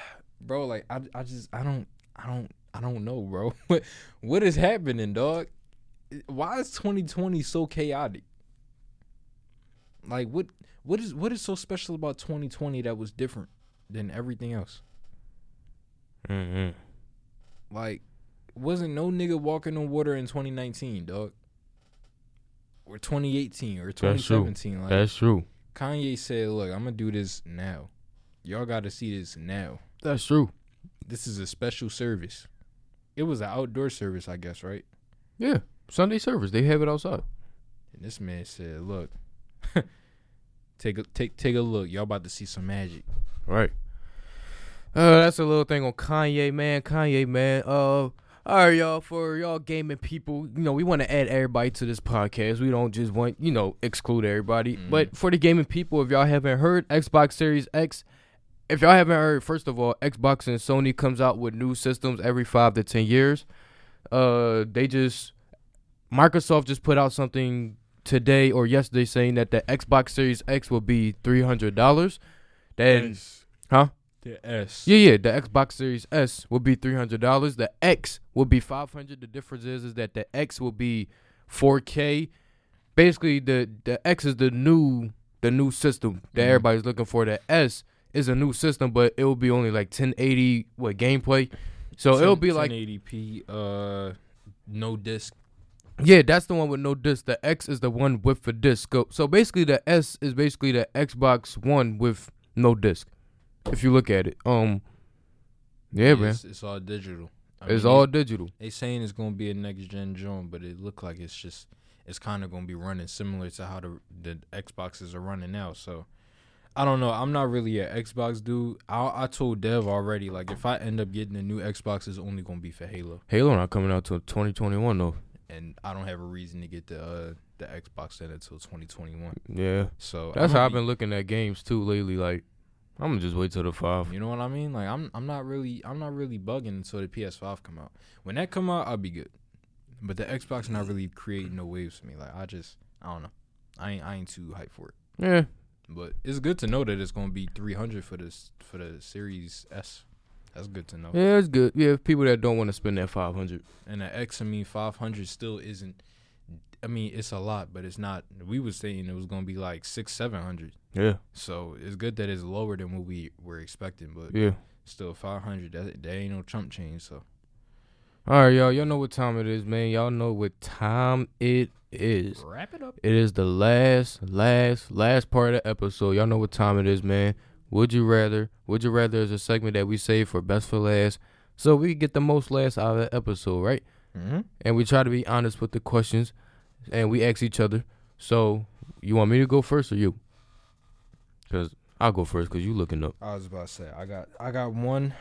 bro, like I, I just I don't I don't I don't know, bro. What what is happening, dog? Why is 2020 so chaotic? Like what what is what is so special about 2020 that was different than everything else? Mhm. Like, wasn't no nigga walking on water in 2019, dog. Or 2018 or true. 2017. Like That's true. Kanye said, "Look, I'm gonna do this now. Y'all got to see this now. That's true. This is a special service. It was an outdoor service, I guess, right? Yeah. Sunday service. They have it outside. And this man said, "Look, take a take take a look. Y'all about to see some magic. Right. Uh, that's a little thing on Kanye, man. Kanye, man. Uh, all right, y'all. For y'all gaming people, you know, we want to add everybody to this podcast. We don't just want, you know, exclude everybody. But for the gaming people, if y'all haven't heard, Xbox Series X. If y'all haven't heard, first of all, Xbox and Sony comes out with new systems every five to ten years. Uh, they just Microsoft just put out something today or yesterday saying that the Xbox Series X will be three hundred dollars. That Huh? The S. yeah, yeah. The Xbox Series S will be three hundred dollars. The X will be five hundred. The difference is is that the X will be four K. Basically, the the X is the new the new system that everybody's looking for. The S is a new system, but it will be only like ten eighty what gameplay. So it'll be like 1080p. Uh, no disc. yeah, that's the one with no disc. The X is the one with the disc. So- So basically, the S is basically the Xbox One with no disc. If you look at it, um, yeah, man, It's, it's all digital. I it's mean, all digital. They saying it's gonna be a next gen joint, but it look like it's just it's kind of gonna be running similar to how the the Xboxes are running now. So I don't know. I'm not really an Xbox dude. I I told Dev already like if I end up getting a new Xbox, it's only gonna be for Halo, Halo not coming out till 2021 though. and I don't have a reason to get the uh, the Xbox in until 2021. Yeah, So that's I'ma how I've be- been looking at games too lately. Like, I'm gonna just wait till the five. You know what I mean? Like I'm I'm not really I'm not really bugging until the PS5 come out. When that come out, I'll be good. But the Xbox not really creating no waves for me. Like I just I don't know. I ain't I ain't too hyped for it. Yeah. But it's good to know that it's gonna be three hundred for this for the Series S. That's good to know. Yeah, it's good. Yeah, people that don't want to spend that five hundred. And the X, I mean, five hundred still isn't. I mean, it's a lot, but it's not. We was saying it was gonna be like six, seven hundred. Yeah. So it's good that it's lower than what we were expecting, but Yeah. still five hundred. That, that ain't no chump change. So All right, y'all. Y'all know what time it is, man. Y'all know what time it is. wrap it up. It is the last, last, last part of the episode. Y'all know what time it is, man. Would you rather? Would you rather is a segment that we save for best for last, so we get the most last out of the episode, right? Mm-hmm. And we try to be honest with the questions, and we ask each other. So, you want me to go first or you? Cause I'll go first, cause you looking up. I was about to say I got I got one,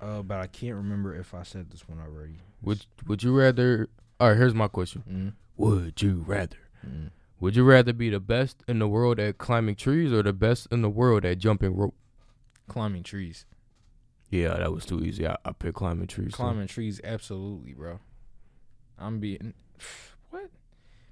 uh, but I can't remember if I said this one already. Would Would you rather? All right, here's my question. Mm-hmm. Would you rather? Would you rather be the best in the world at climbing trees or the best in the world at jumping rope? Climbing trees, Yeah, that was too easy. I, I picked climbing trees. too. climbing trees, absolutely, bro. I'm being what,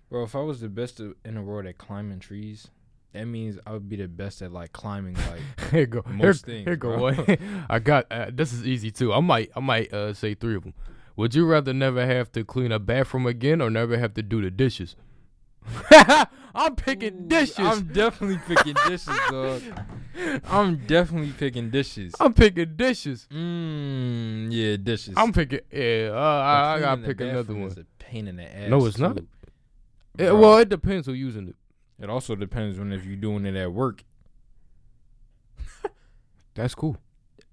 bro? If I was the best of- in the world at climbing trees, that means I would be the best at like climbing. Like Here go. Most here, things, here go. bro. one. I got uh, this is easy too. I might I might uh, say three of them. Would you rather never have to clean a bathroom again or never have to do the dishes? I'm picking dishes. I'm I'm, definitely picking dishes, dog. I'm definitely picking dishes. picking dishes. Mmm, yeah, dishes. I'm picking. Yeah, uh, But I, I gotta cleaning the pick another bathroom one. Is a pain in the ass. No, it's not. too. Eh, Bro. well, it depends who using it. It also depends on if you're doing it at work. That's cool.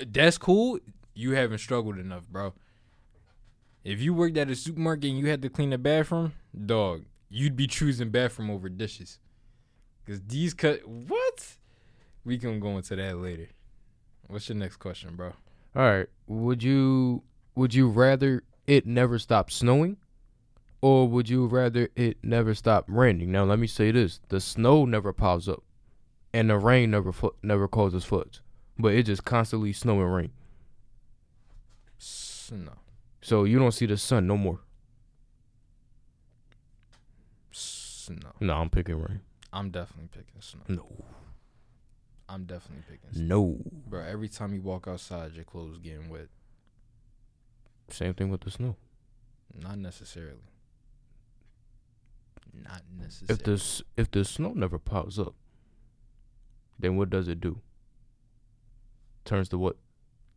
That's cool. You haven't struggled enough, bro. If you worked at a supermarket and you had to clean the bathroom, dog, you'd be choosing bathroom over dishes. Cause these cut what? We can go into that later. What's your next question, bro? All right. Would you would you rather it never stop snowing, or would you rather it never stop raining? Now let me say this: the snow never piles up, and the rain never flo- never causes floods, but it just constantly snow and rain. Snow. So you don't see the sun no more. Snow. No, I'm picking rain. I'm definitely picking snow. No, I'm definitely picking snow. no. Bro, every time you walk outside, your clothes getting wet. Same thing with the snow. Not necessarily. Not necessarily. If the s- if the snow never piles up, then what does it do? Turns to what?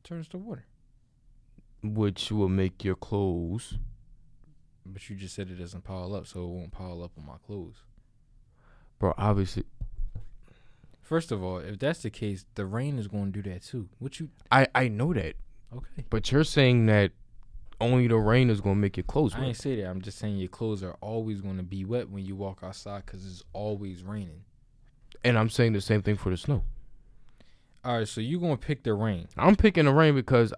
turns to water. Which will make your clothes But you just said it doesn't pile up, so it won't pile up on my clothes. Bro, obviously, First of all, if that's the case, the rain is going to do that too. What you? I I know that, Okay. but you're saying that only the rain is gonna make your clothes I ain't wet. say that. I'm just saying your clothes are always going to be wet when you walk outside because it's always raining. And I'm saying the same thing for the snow. All right, so you going to pick the rain. I'm picking the rain because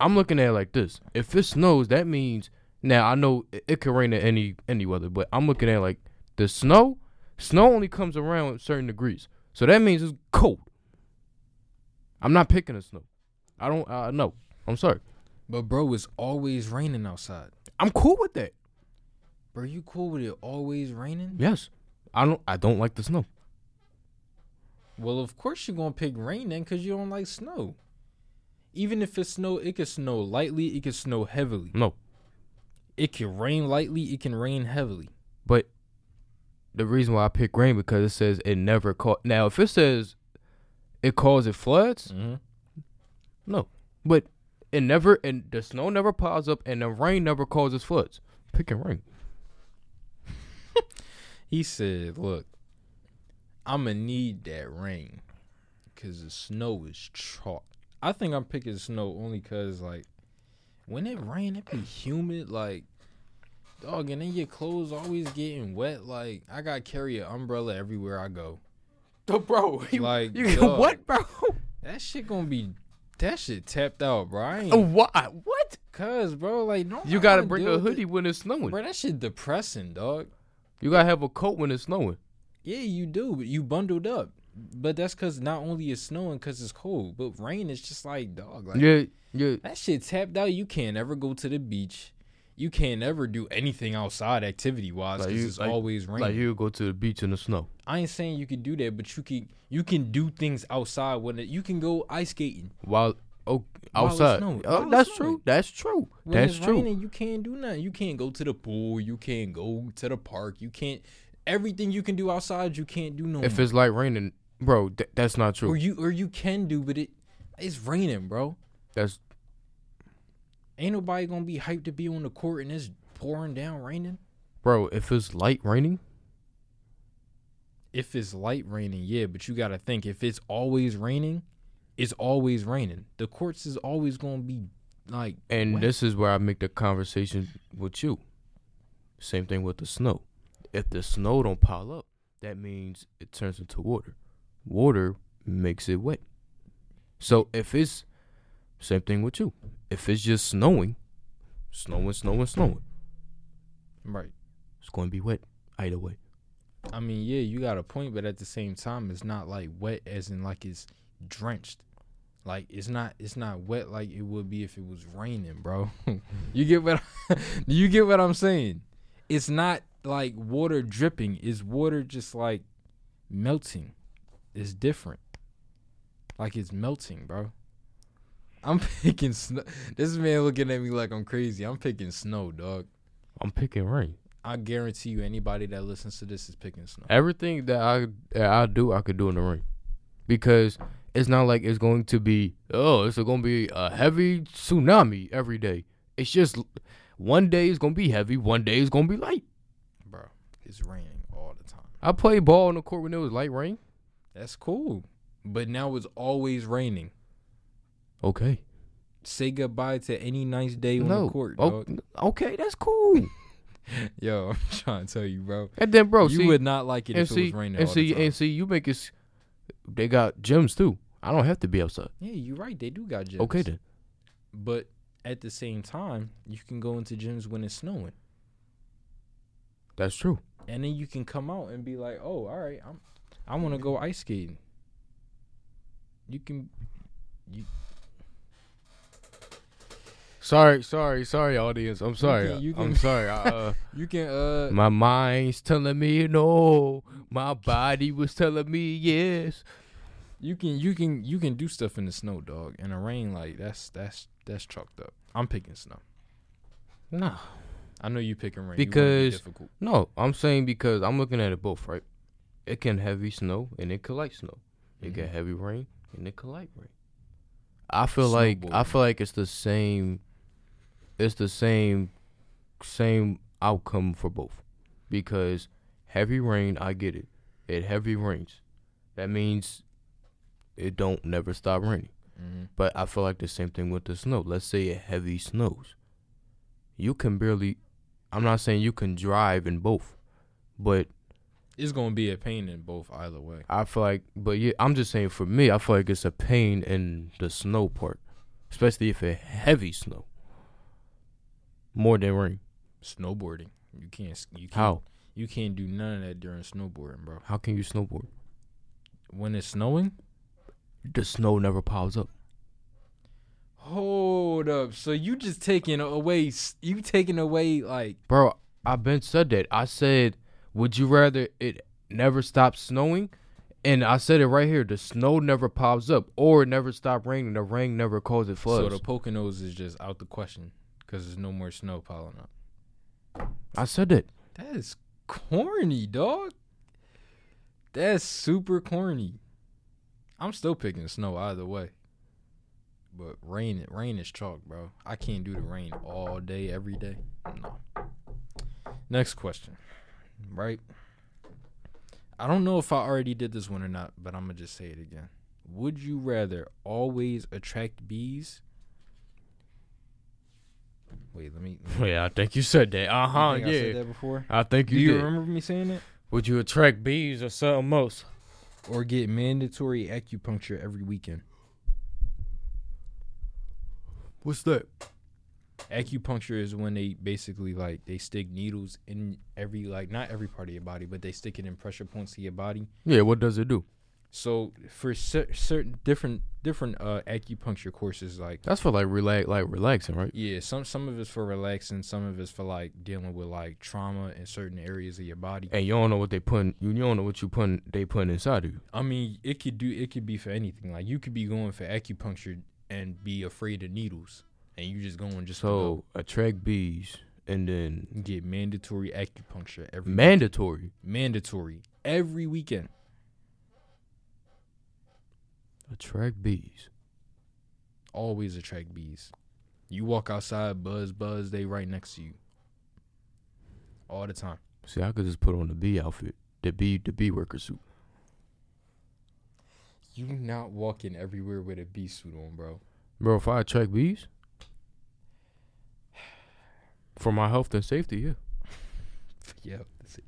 I'm looking at it like this. If it snows, that means now I know it, it could rain at any any weather, but I'm looking at it like the snow. Snow only comes around at certain degrees, so that means it's cold. I'm not picking the snow. I don't. Uh, no, I'm sorry. But bro, it's always raining outside. I'm cool with that. Bro, you cool with it always raining? Yes, I don't. I don't like the snow. Well, of course you're gonna pick rain then, cause you don't like snow. Even if it snow, it can snow lightly, it can snow heavily. No, It can rain lightly, it can rain heavily. But the reason why I pick rain because it says it never caught. Now, if it says it causes floods, Mm-hmm. no. But it never and the snow never piles up and the rain never causes floods. Picking rain. He said, "Look, I'm gonna need that rain, cause the snow is chalk." I think I'm picking snow only cause like when it rain, it be humid, like dog, and then your clothes always getting wet. Like I gotta carry an umbrella everywhere I go. bro, Like, you, dog. what, bro? That shit gonna be that shit tapped out, bro. I ain't Why? What? cuz, bro. Like, no, Oh. You I gotta don't bring deal a with hoodie when it's it. snowing. bro. That shit depressing, dog. You gotta have a coat when it's snowing. Yeah, you do, but you bundled up. But that's cause not only it's snowing cause it's cold, but rain is just like dog. Like Yeah, yeah. that shit tapped out. You can't ever go to the beach. you can't ever do anything outside activity wise Like because you- it's like- always raining. Like you go to the beach in the snow. I ain't saying you can do that, but you can you can do things outside when it, you can go ice skating. While oh While it's outside. snowing. Oh, While it's that's snowing. true. That's true. When that's it's true. raining, you can't do nothing. You can't go to the pool. You can't go to the park. You can't everything you can do outside. You can't do no. If more. it's like raining, bro, th- that's not true. or you or you can do, but it it's raining, bro. That's Ain't nobody gonna be hyped to be on the court and it's pouring down raining. bro. If it's light raining, If it's light raining, yeah, but you gotta think if it's always raining, it's always raining. The courts is always gonna be like and wet. this is where I make the conversation with you. Same thing with the snow. If the snow don't pile up, that means it turns into water. Water makes it wet. So if it's same thing with you. If it's just snowing, snowing, snowing, snowing, right. it's going to be wet either way. I mean, yeah, you got a point, but at the same time, it's not like wet as in like it's drenched. Like it's not it's not wet like it would be if it was raining, bro. you get what do you get what I'm saying? It's not like water dripping. It's water just like melting. It's different. Like it's melting, bro. I'm picking snow. This man looking at me like I'm crazy. I'm picking snow, dog. I'm picking rain. I guarantee you, anybody that listens to this is picking snow. Everything that I that I do, I could do in the rain, because it's not like it's going to be oh, it's going to be a heavy tsunami every day. It's just one day it's going to be heavy, one day it's going to be light. bro. It's raining all the time. I played ball on the court when it was light rain. That's cool, but now it's always raining. Okay, Say goodbye to any nice day on no, Oh. the court, O- dog. okay, that's cool. Yo, I'm trying to tell you, bro. and then, bro, you see, would not like it and if it see, was raining and all see, the time. and see, you make it. s- They got gyms too. I don't have to be outside. yeah, you're right. They do got gyms. Okay then, but at the same time, you can go into gyms when it's snowing, that's true. and then you can come out and be like, "Oh, all right, I'm, I want to go ice skating." You can. Sorry, sorry, sorry, audience. I'm sorry. can- you I'm can- sorry. I, uh, You can. Uh, My mind's telling me no. My body was telling me yes. You can you can you can do stuff in the snow, dog. In the rain, like that's that's that's chalked up. I'm picking snow. Nah. I know you picking rain You wanna be Because difficult. No, I'm saying because I'm looking at it both, right? It can heavy snow and it can light snow. It can heavy rain and it can light rain. I feel like I Snowboarding. feel like it's the same it's the same same outcome for both. Because heavy rain, I get it. It heavy rains. That means it don't never stop raining. Mhm. But I feel like the same thing with the snow. Let's say it heavy snows. You can barely I'm not saying you can drive in both. But It's gonna be a pain in both either way. I feel like but yeah, I'm just saying for me, I feel like it's a pain in the snow part. Especially if it heavy snow. More than rain. Snowboarding, you can't s- you can't, How? you can't do none of that during snowboarding, bro. How can you snowboard? When it's snowing, The snow never piles up. hold up. So you just taking away s- you taking away like Bro, I've been said that. I said, would you rather it never stop snowing? And I said it right here. The snow never pops up, or it never stop raining. The rain never causes so floods. the Poconos is just out the question because there's no more snow piling up. I said that. That is corny, dog. That's super corny. I'm still picking snow either way. But rain rain is chalk, bro. I can't do the rain all day, every day. No. Next question. Right? I don't know if I already did this one or not, but I'm gonna just say it again. Would you rather always attract bees? Wait, let me. Yeah, I think you said that. Uh you think I said that before. I think Do you remember me saying it? Would you attract bees or something else? or get mandatory acupuncture every weekend. What's that? Acupuncture is when they basically like they stick needles in every like not every part of your body, but they stick it in pressure points to your body Yeah, what does it do? So for cer- certain different different uh, acupuncture courses, like That's for like relax, like relaxing, right? yeah, some some of it's for relaxing, some of it's for like dealing with like trauma in certain areas of your body. And you don't know what they putting. You don't know what you putting. They putting inside of you. I mean, it could do it could be for anything. Like you could be going for acupuncture and be afraid of needles, and you just going just to So oh, attract bees, and then go get mandatory acupuncture every mandatory. mandatory every weekend. Attract bees. Always attract bees. You walk outside, buzz buzz, they right next to you. All the time. See, I could just put on the bee outfit, the bee, the bee worker suit. You not walking everywhere with a bee suit on, bro. Bro, if I attract bees, for my health and safety, yeah. Yeah. that's it.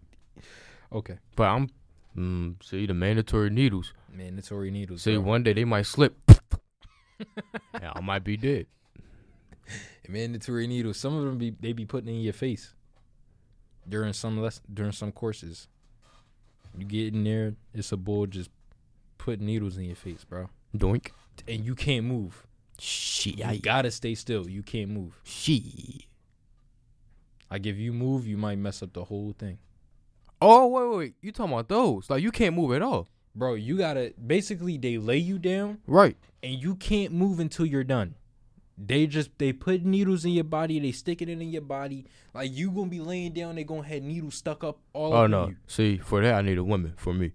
Okay. But I'm, mm, see, the mandatory needles. Mandatory needles. See, bro. one day they might slip. yeah, I might be dead. mandatory needles. Some of them be they be putting in your face during some less during some courses. You get in there, it's a bull just putting needles in your face, bro, Doink. and you can't move. She, You gotta stay still. You can't move. she. Like if you move, you might mess up the whole thing, Oh wait, wait, wait, you talking about those? Like you can't move at all, bro. You gotta basically they lay you down right? and you can't move until you're done. They just they put needles in your body. They stick it in your body. Like you gonna be laying down. They gonna have needles stuck up all Oh over no, you. see, for that I need a woman. For me,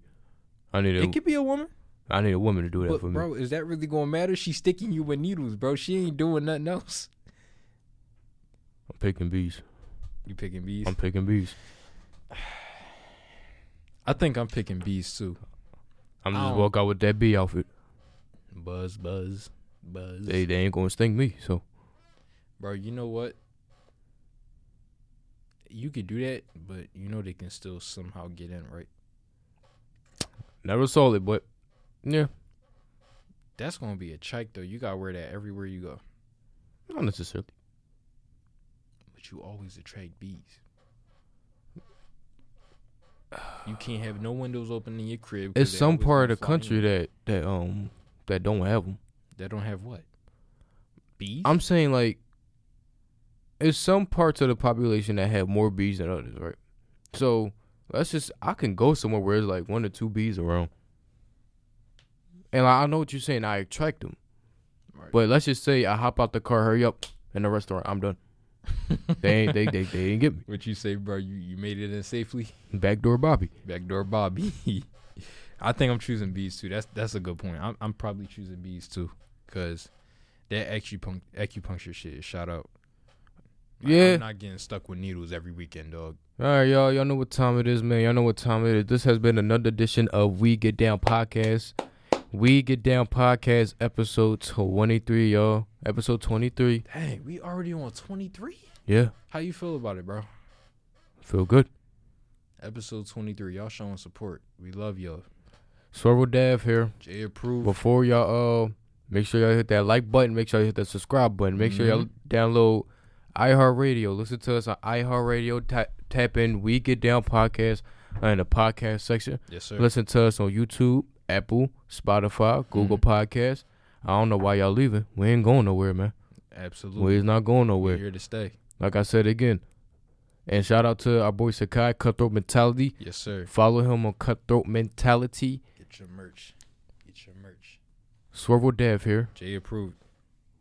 I need a, It could be a woman. I need a woman to do that But for me. bro, is that really gonna matter? She's sticking you with needles, bro. She ain't doing nothing else. I'm picking bees. You picking bees? I'm picking bees. I think I'm picking bees too. I'm just Ow. walk out with that bee outfit. Buzz, buzz, buzz. They they ain't gonna sting me. So Bro, you know what? You could do that, but you know they can still somehow get in, right? never saw it, but yeah, That's gonna be a check though. You gotta wear that everywhere you go. not necessarily. But you always attract bees. You can't have no windows open in your crib. 'cause It's they some always part gonna of the fly in. country that that um that don't have them. that don't have what bees. I'm saying like, it's some parts of the population that have more bees than others, right? So let's just I can go somewhere where there's like one or two bees around, and like, I know what you're saying. I attract them, Right. but let's just say I hop out the car, hurry up, in the restaurant, I'm done. They ain't they they they ain't get me What you say, bro? You you made it in safely. backdoor Bobby. Backdoor Bobby. I think I'm choosing bees too. That's that's a good point. I'm I'm probably choosing bees too, cause that acupun- acupuncture shit. is Shout out. Like, Yeah. I'm not getting stuck with needles every weekend, dog. All right, y'all. Y'all know what time it is, man. Y'all know what time it is. This has been another edition of We Get Down Podcast. We Get Down Podcast, episode 23, y'all. Episode 23. Dang, we already on 23. Yeah, How you feel about it, bro? feel good. Episode 23. Y'all showing support. We love y'all. Swervo Dav here. Jay approved. Before y'all, uh, make sure y'all hit that like button. Make sure y'all hit that subscribe button. Make sure y'all download iHeartRadio. Listen to us on iHeartRadio. Ta- tap in We Get Down Podcast uh, in the podcast section. Yes, sir. Listen to us on YouTube, Apple, Spotify, Google Mm-hmm. Podcasts. I don't know why y'all leaving. We ain't going nowhere, man. Absolutely. We is not going We're nowhere. here to stay. Like I said again. And shout out to our boy Sakai, Cutthroat Mentality. Yes, sir. Follow him on Cutthroat Mentality. Get your merch. Get your merch. Swervo Dev here. Jay approved.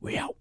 We out.